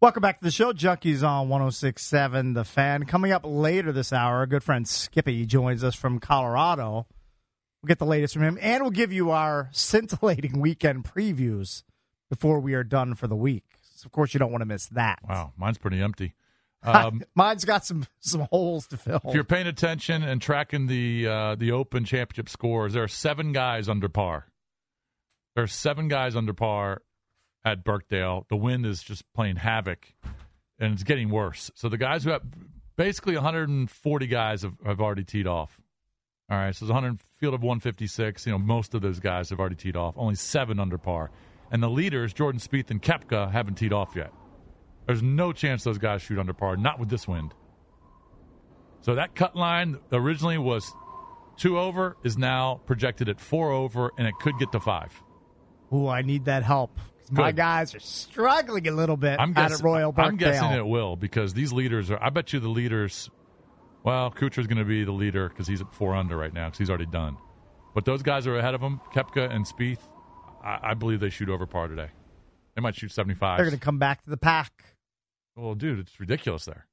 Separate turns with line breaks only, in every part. Welcome back to the show. Junkies on 1067 The Fan. Coming up later this hour, our good friend Skippy joins us from Colorado. We'll get the latest from him, and we'll give you our scintillating weekend previews before we are done for the week. So of course, you don't want to miss that.
Wow, mine's pretty empty. Um,
Mine's got some some holes to fill.
if you're paying attention and tracking the uh, the Open Championship scores, there are seven guys under par. There are seven guys under par at Birkdale. The wind is just playing havoc, and it's getting worse. So the guys who have basically 140 guys have, have already teed off. All right, so there's 100 field of 156. You know, most of those guys have already teed off. Only seven under par, and the leaders Jordan Spieth and Kepka haven't teed off yet. There's no chance those guys shoot under par, not with this wind. So that cut line originally was two over, is now projected at four over, and it could get to five.
Ooh, I need that help. My
Good.
guys are struggling a little bit
I'm
out
guessing,
at Royal Birkdale.
I'm guessing it will because these leaders are. I bet you the leaders. Well, Kuchar's going to be the leader because he's at four under right now because he's already done. But those guys are ahead of him, Kepka and Spieth. I, I believe they shoot over par today. They might shoot 75.
They're going to come back to the pack.
well, dude, it's ridiculous there.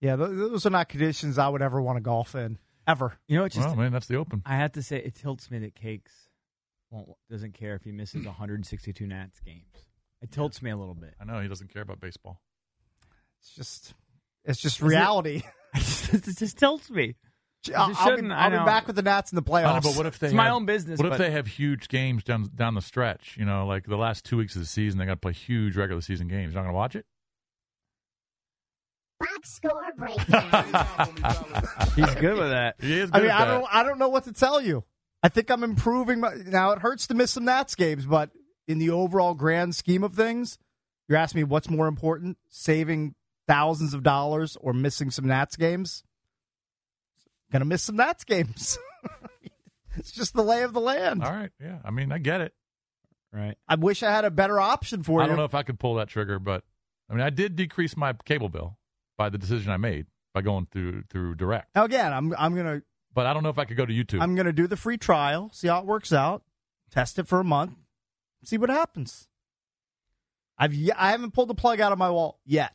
Yeah, th- those are not conditions I would ever want to golf in ever.
You know, it's just
well, man, that's the Open.
I have to say it tilts me that Cakes won't, doesn't care if he misses 162 Nats games. It tilts me a little bit.
I know he doesn't care about baseball.
It's just it's just reality.
it just tilts me.
Gee, I'll,
just
I'll be,
shouldn't, I
I'll be
know.
back with the Nats in the
I know,
playoffs.
but what if they
It's my
have-
own business,
What if
but-
they have huge games down down the stretch? You know, like the last two weeks of the season, they got to play huge regular season games. You're not going to watch it.
Box score breakdown.
He's good with that.
He is
I
good
mean,
at
I
that.
don't I don't know what to tell you. I think I'm improving. My, now it hurts to miss some Nats games, but in the overall grand scheme of things, you're asking me what's more important: saving thousands of dollars or missing some Nats games. Gonna miss some Nats games. it's just the lay of the land.
All right, yeah. I mean, I get it.
Right.
I wish I had a better option for
I
you.
don't know if I could pull that trigger, but I mean, I did decrease my cable bill by the decision I made by going through through direct.
Now again, I'm I'm gonna
But I don't know if I could go to YouTube.
I'm gonna do the free trial, see how it works out, test it for a month, see what happens. I've ye- I haven't pulled the plug out of my wall yet.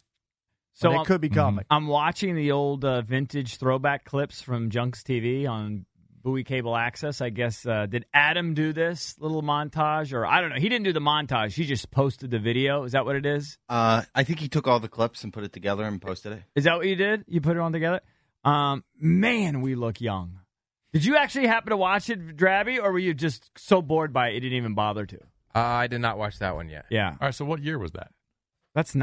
So
So it
I'm-
could be
Mm-hmm.
coming.
I'm watching the old uh, vintage throwback clips from Junks TV on Bowie Cable Access. I guess uh, did Adam do this little montage, or I don't know. He didn't do the montage. He just posted the video. Is that what it is?
Uh, I think he took all the clips and put it together and posted it.
Is that what you did? You put it on together? Um, man, we look young. Did you actually happen to watch it, Drabby, or were you just so bored by it you didn't even bother to?
Uh, I did not watch that one yet.
Yeah,
All right, so what year was that?
that's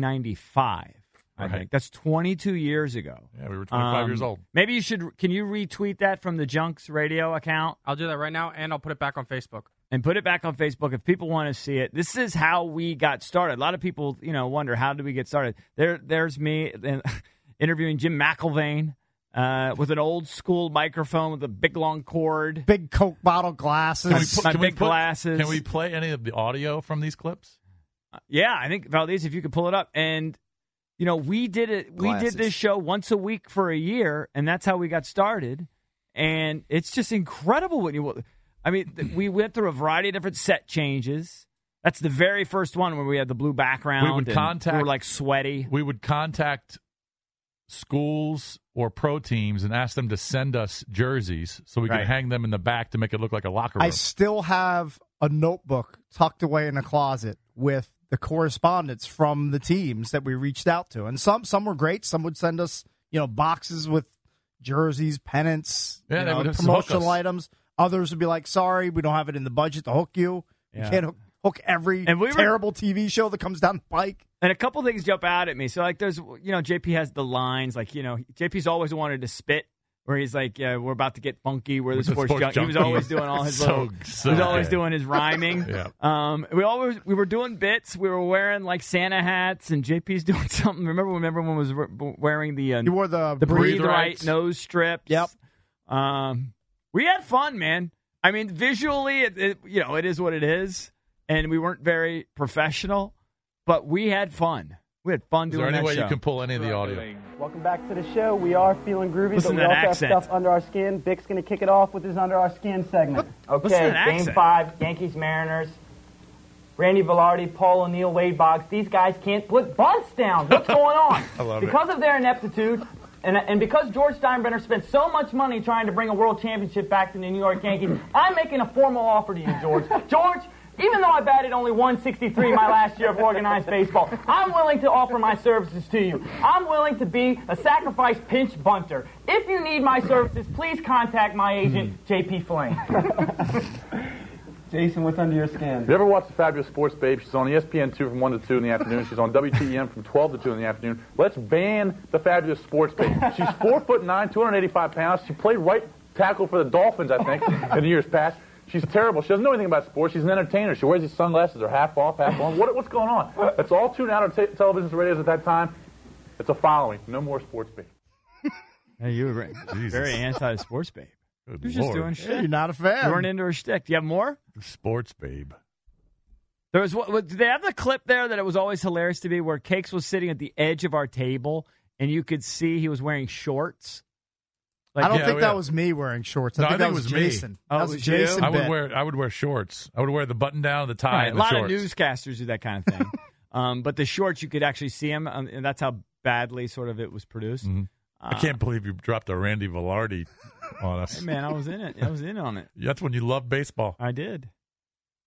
1995. I
Right.
think that's 22 years ago.
Yeah, we were 25
Um,
years old.
Maybe you should. Can you retweet that from the Junks Radio account
I'll do that right now, and I'll put it back on Facebook.
and put it back on Facebook if people want to see it? This is how we got started. A lot of people, you know, wonder how did we get started. There, there's me and- interviewing Jim McElvain uh, with an old school microphone with a big long cord.
Big Coke bottle
Can we
glasses.
put-
my
can we
big
put-
glasses.
Can we play any of the audio from these clips?
Yeah, I think Valdez, if you could pull it up, and you know, we did it. We
Glasses.
did this show once a week for a year, and that's how we got started. And it's just incredible when you. I mean, th- we went through a variety of different set changes. That's the very first one where we had the blue background.
We would
and
contact-
We were like sweaty.
we would contact schools or pro teams and ask them to send us jerseys so we
Right.
could hang them in the back to make it look like a locker room.
I still have a notebook tucked away in a closet with the correspondence from the teams that we reached out to, and some some were great. Some would send us you know boxes with jerseys, pennants,
Yeah,
you
they
know,
would just hook
promotional
us.
items. Others would be like, "Sorry, we don't have it in the budget to hook you.
Yeah.
You can't hook, hook every
And we were-
terrible TV show that comes down the pike."
And a couple things jump out at me. So like, there's you know, JP has the lines. Like you know, JP's always wanted to spit. where he's like, yeah, "We're about to get funky." Where the
With the
sports,
sports
junk. He was
junkies.
always doing all his
So-
little,
so
he was always
good.
doing his rhyming.
Yeah.
Um, we always we were doing bits. We were wearing like Santa hats, and JP's doing something. Remember when everyone was re- wearing the uh,
You wore the,
the breathe,
Breathe
right,
Rights.
nose strips.
Yep.
Um, we had fun, man. I mean, visually, it, it, you know, it is what it is, and we weren't very professional, but we had fun. We had fun
Is
doing
there any
that
way
show.
you can pull any of the audio?
Welcome back to the show. We are feeling groovy,
Listen
but
to
we
that
also
accent.
have stuff under our skin. Bick's going to kick it off with his under our skin segment.
listen to
Okay,
that
game
accent.
five, Yankees Mariners. Randy Velarde, Paul O'Neill, Wade Boggs. These guys can't put bunts down. What's going on?
I love it.
because of their ineptitude, and, and because George Steinbrenner spent so much money trying to bring a world championship back to the New York Yankees, I'm making a formal offer to you, George. George, even though I batted only 163 my last year of organized baseball, I'm willing to offer my services to you. I'm willing to be a sacrifice pinch bunter. If you need my services, please contact my agent,
Hmm.
JP Flame. Jason, what's under your skin?
Have you ever watched The Fabulous Sports Babe? She's on E ESPN 2 from 1 to 2 in the afternoon. She's on WTEM from 12 to 2 in the afternoon. Let's ban The Fabulous Sports Babe. She's 4 foot 9, 285 pounds. She played right tackle for the Dolphins, I think, in the years past. She's terrible. She doesn't know anything about sports. She's an entertainer. She wears these sunglasses. They're half off, half on. What, what's going on? It's all tuned out of t- televisions and radios at that time. It's a following. No more Sports Babe.
Hey, you were very- very anti-sports babe.
Good
You're just
Lord.
doing
Yeah,
shit.
you're not a fan.
You weren't into her shtick. Do you have more?
sports, babe.
There was what? what- Did they have the clip there that it was always hilarious to me, where Cakes was sitting at the edge of our table, and you could see he was wearing shorts.
I don't
Yeah,
think
yeah.
that was me wearing shorts. I
No,
think
I
that
think it
was,
was me.
Jason. that
Oh, it
was a
was you?
Jason.
I would
bit.
wear I would wear shorts. I would wear the button down, the tie,
Right,
and
a
the
lot
shorts.
of newscasters do that kind of thing, um, but the shorts you could actually see him, um, and that's how badly sort of it was produced.
Mm-hmm.
I can't believe you dropped a Randy Velarde on us.
Hey, man, I was in it. I was in on it.
That's when you love baseball.
I did.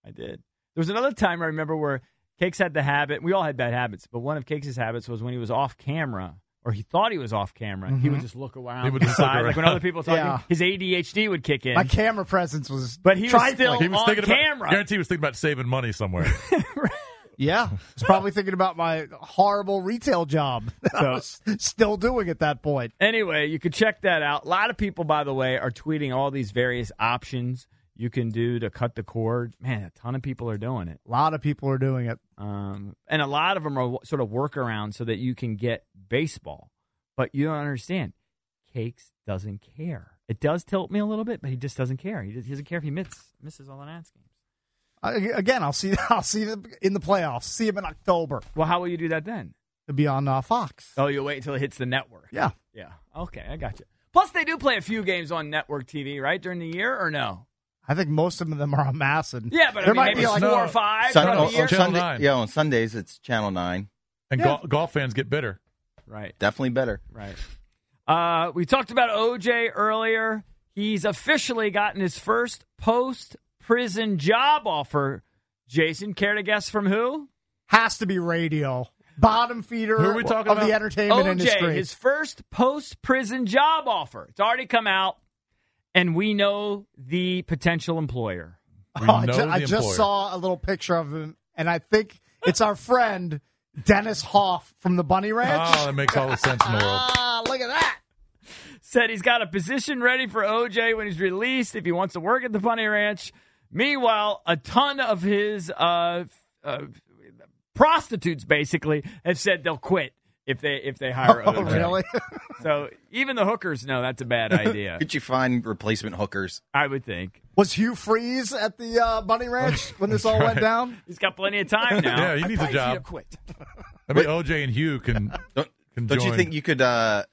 I did. There was another time I remember where Cakes had the habit. We all had bad habits, but one of Cakes' habits was when he was off camera, or he thought he was off camera, he would just look around.
Mm-hmm. He would
to the
just look
side, Like when
around.
other people talked,
Yeah.
his ADHD would kick in.
My camera presence was,
But he was
trifling.
still-
He was
On
thinking
camera.
about guarantee he was thinking about saving money somewhere.
Yeah, I was probably thinking about my horrible retail job that I was still doing at that point.
anyway, you can check that out. A lot of people, by the way, are tweeting all these various options you can do to cut the cord. Man, a ton of people are doing it.
A lot of people are doing it.
Um, and a lot of them are w- sort of workarounds so that you can get baseball. But you don't understand. Cakes doesn't care. It does tilt me a little bit, but he just doesn't care. He, just, he doesn't care if he misses, misses all the Nats games.
I, again, I'll see. I'll see them in the playoffs. See them in October.
Well, how will you do that then?
To be on uh, Fox.
Oh, you'll wait until it hits the network.
Yeah,
Yeah. Okay, I got you. Plus, they do play a few games on network TV, right, during the year, or no?
I think most of them are on Masson.
Yeah, but I
there
mean,
might
maybe
be
four
like
or five
Sun-
throughout
on-
the
on
year.
Channel
Sunday-
nine.
yeah, on Sundays it's Channel Nine.
And gol golf fans get bitter.
Right.
Definitely better.
Right. Uh, we talked about OJ earlier. He's officially gotten his first post prison job offer. Jason, care to guess from who?
has to be radio. Bottom feeder
Who are we talking
of the
about?
entertainment
OJ,
industry.
his first post prison job offer. It's already come out, and we know the potential employer.
We
Oh, I,
know
ju-
the
I just
employer.
saw a little picture of him, and I think it's our friend Dennis Hoff from the Bunny Ranch.
Oh, that makes all the sense in the world.
ah, look at that.
said he's got a position ready for OJ when he's released if he wants to work at the Bunny Ranch. Meanwhile, a ton of his uh, uh, prostitutes basically have said they'll quit if they if they hire
Oh,
OJ.
really?
So even the hookers know that's a bad idea.
Could you find replacement hookers?
I would think
Was Hugh Freeze at the uh, Bunny Ranch when this all went down?
he's got plenty of time now.
Yeah, he needs a job.
quit.
I mean, OJ and Hugh can.
Don't,
Can
don't you
join.
think you could uh,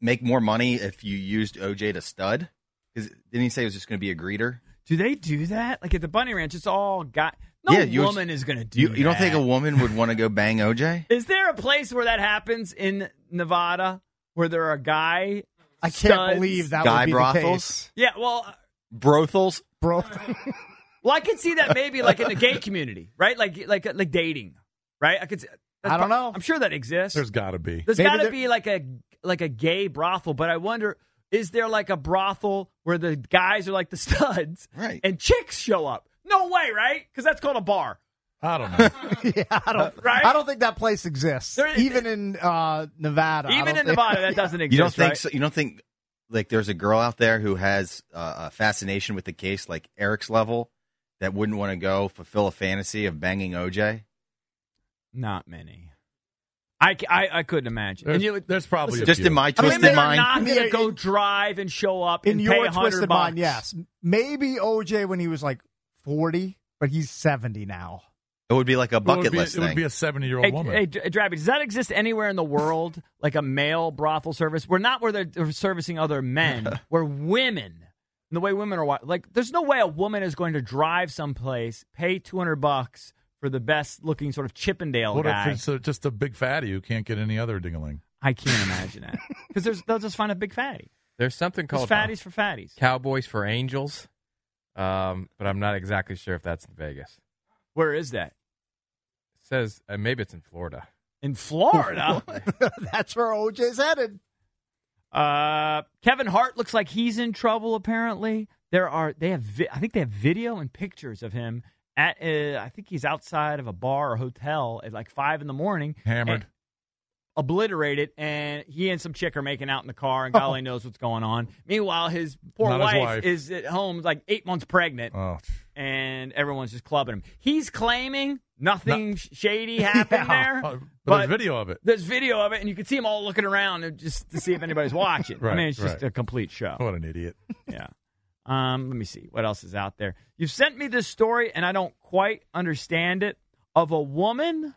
make more money if you used OJ to stud? 'Cause didn't he say it was just going to be a greeter?
Do they do that? Like at the Bunny Ranch, it's all got. No
Yeah, you-
woman is going to do.
You, you don't think a
that.
woman would want to go bang OJ?
Is there a place where that happens in Nevada where there are a guy
I can't
Studs.
believe that
Guy
would be the case.
brothels,
Yeah, well,
brothels.
Bro,
well, I could see that maybe like in the gay community, right? Like, like, like dating, right? I could. See,
I don't know.
I'm sure that exists.
There's got to be.
There's
Maybe
got to
there-
be like a like a gay brothel, but I wonder is there like a brothel where the guys are like the studs,
Right.
And chicks show up? No way, right? Because that's called a bar.
I don't know.
yeah, Uh, I don't.
Right?
I don't think that place exists,
There-
even in uh, Nevada. I
Even
don't think-
in Nevada, that doesn't exist.
You don't think
right?
so, you don't think like there's a girl out there who has uh, a fascination with the case like Eric's level that wouldn't want to go fulfill a fantasy of banging OJ?
Not many. I, c- I- I couldn't imagine.
There's,
And you,
there's probably a
Just
few.
in my
mean,
twisted
women
mind.
are not
I mean,
going to
it-
go drive and show up
in
and pay
your
100
twisted
bucks.
mind, yes. Maybe OJ when he was like 40, but he's 70 now.
it would be like a
Well, it would
bucket
be-
list
It would be
thing.
a 70 year
Hey,
old woman.
hey, D- Drabby, does that exist anywhere in the world? like a male brothel service? We're not where they're- they're servicing other men. we're women. And the way women are, wa- like, there's no way a woman is going to drive someplace, pay 200 bucks for the best looking sort of Chippendale
what
guy.
if it's uh just a big fatty who can't get any other dingling?
I can't imagine that. Because they'll just find a big fatty.
There's something
It's
called uh,
fatties for fatties.
Cowboys for Angels, um, but I'm not exactly sure if that's in Vegas.
Where is that?
It says uh, maybe it's in Florida.
In Florida.
That's where OJ's headed.
Uh, Kevin Hart looks like he's in trouble. Apparently, there are they have vi- I think they have video and pictures of him at uh, I think he's outside of a bar or hotel at like five in the morning,
Hammered.
and- obliterated, and he and some chick are making out in the car, and God only knows what's going on. Meanwhile, his poor
Not his
wife,
wife.
is at home, like eight months pregnant,
oh,
and everyone's just clubbing him. He's claiming nothing sh- shady happened there,
oh, but
but
there's video of it.
there's video of it, and you can see them all looking around and just to see if anybody's watching. I
Right,
mean, it's just
right.
a complete show.
What an idiot.
Yeah. Um, let me see what else is out there. You sent me this story, and I don't quite understand it, of a woman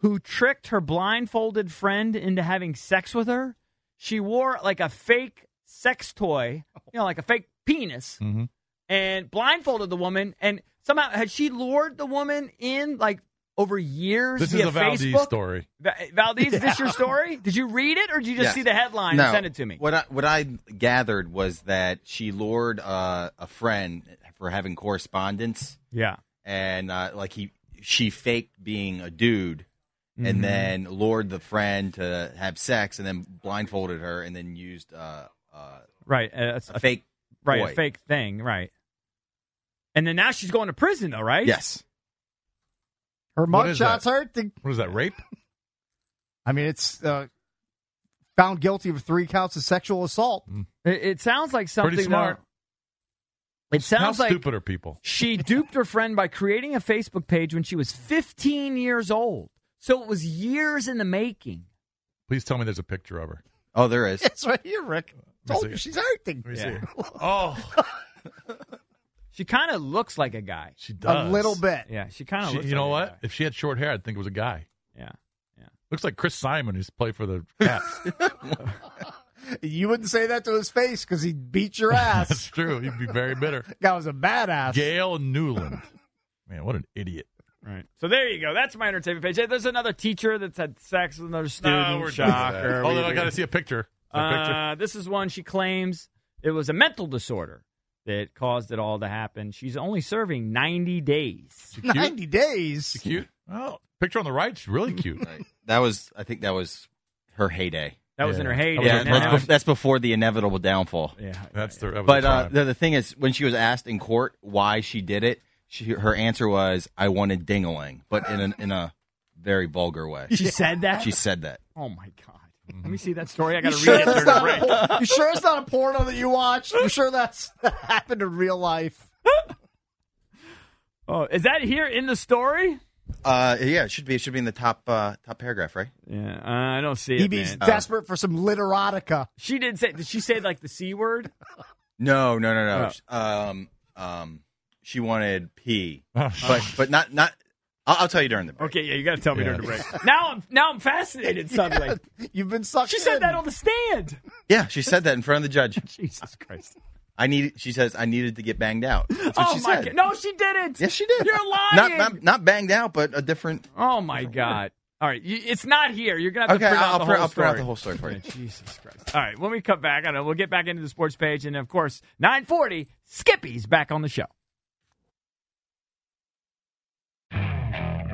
who tricked her blindfolded friend into having sex with her. She wore like a fake sex toy, you know, like a fake penis,
Mhm.
and blindfolded the woman. And somehow, had she lured the woman in like over years?
This is
via
a Valdez
Facebook?
story.
Va- Valdez, is this your story? Did you read it, or did you just
Yes.
see the headline
No.
and send it to me?
What I, what I gathered was that she lured uh, a friend for having correspondence,
Yeah.
and uh, like he she faked being a dude,
Mm-hmm.
and then lured the friend to have sex, and then blindfolded her, and then used uh, uh,
Right. Uh, it's
a fake
Right, a
boy.
fake thing, right. And then now she's going to prison, though, right?
Yes.
Her
What is
mugshots
that?
hurt. The-
What is that, rape?
I mean, it's uh, found guilty of three counts of sexual assault.
Hmm.
It, it sounds like something.
Pretty smart.
though- it
How
sounds like
stupid are people?
she duped her friend by creating a Facebook page when she was 15 years old. So it was years in the making.
Please tell me there's a picture of her.
Oh, there is.
It's right here, Rick.
Let me
Told
see
you
it.
she's hurting.
Let me
Yeah.
see. Oh,
She kind of looks like a guy.
she does.
A little bit.
Yeah, she kind of
She-
looks.
you
like
know
a
what?
guy.
If she had short hair, I'd think it was a guy.
Yeah.
Looks like Chris Simon, who's played for the Cats.
You wouldn't say that to his face because he'd beat your
That's
ass.
true. He'd be very bitter.
Guy was a badass.
Gail Newland. Man, what an idiot.
Right. So there you go. That's my entertainment page. Hey, There's another teacher that's had sex with another student. Shocker.
Although I
We-
got to see a picture. Is there a picture?
Uh, this is one she claims it was a mental disorder that caused it all to happen. She's only serving 90 days.
cute?
90 days.
Cute. Oh, picture on the right. She's really cute.
Right. That was. I think that was her heyday.
That was in her
Yeah.
heyday.
That was her
Yeah,
Now-
prime.
that's, bef- that's before the inevitable downfall.
yeah,
That's the. That was
But
the
uh,
time.
the, the thing is, when she was asked in court why she did it, she, her answer was, "I wanted dingling," but in a, in a very vulgar way.
She said that?
She said that.
oh, my God. Let me see that story. I got
You
to
sure,
read it.
that's
during the
not
break.
a por- you sure it's not a porno that you watched? You sure that's that happened in real life?
Oh, is that here in the story?
Uh, yeah, it should be it should be in the top uh, top paragraph, right?
Yeah, Uh, I don't see it,
EB's
man.
desperate for some literotica.
She did say, did she say like the C word?
No, no,
Oh.
no, no. Um, um, she wanted P,
Oh.
but but not not. I'll, I'll tell you during the break.
Okay, yeah, you got to tell me
Yeah.
during the break. Now I'm, now I'm fascinated suddenly.
You've been sucked
She said
in.
that on the stand.
Yeah, she said that in front of the judge.
Jesus Christ.
I need. She says I needed to get banged out. That's what
Oh,
she
my
said.
God. No, she didn't.
Yes, she did.
You're lying.
Not, not not banged out, but a different.
Oh my God! All right, you, it's not here. You're gonna have
Okay,
to print
I'll,
out the
print,
whole
I'll print out
story.
the whole story for you.
Okay, Jesus Christ! All right, when we come back, I know we'll get back into the sports page, and of course, 9:40, Skippy's back on the show.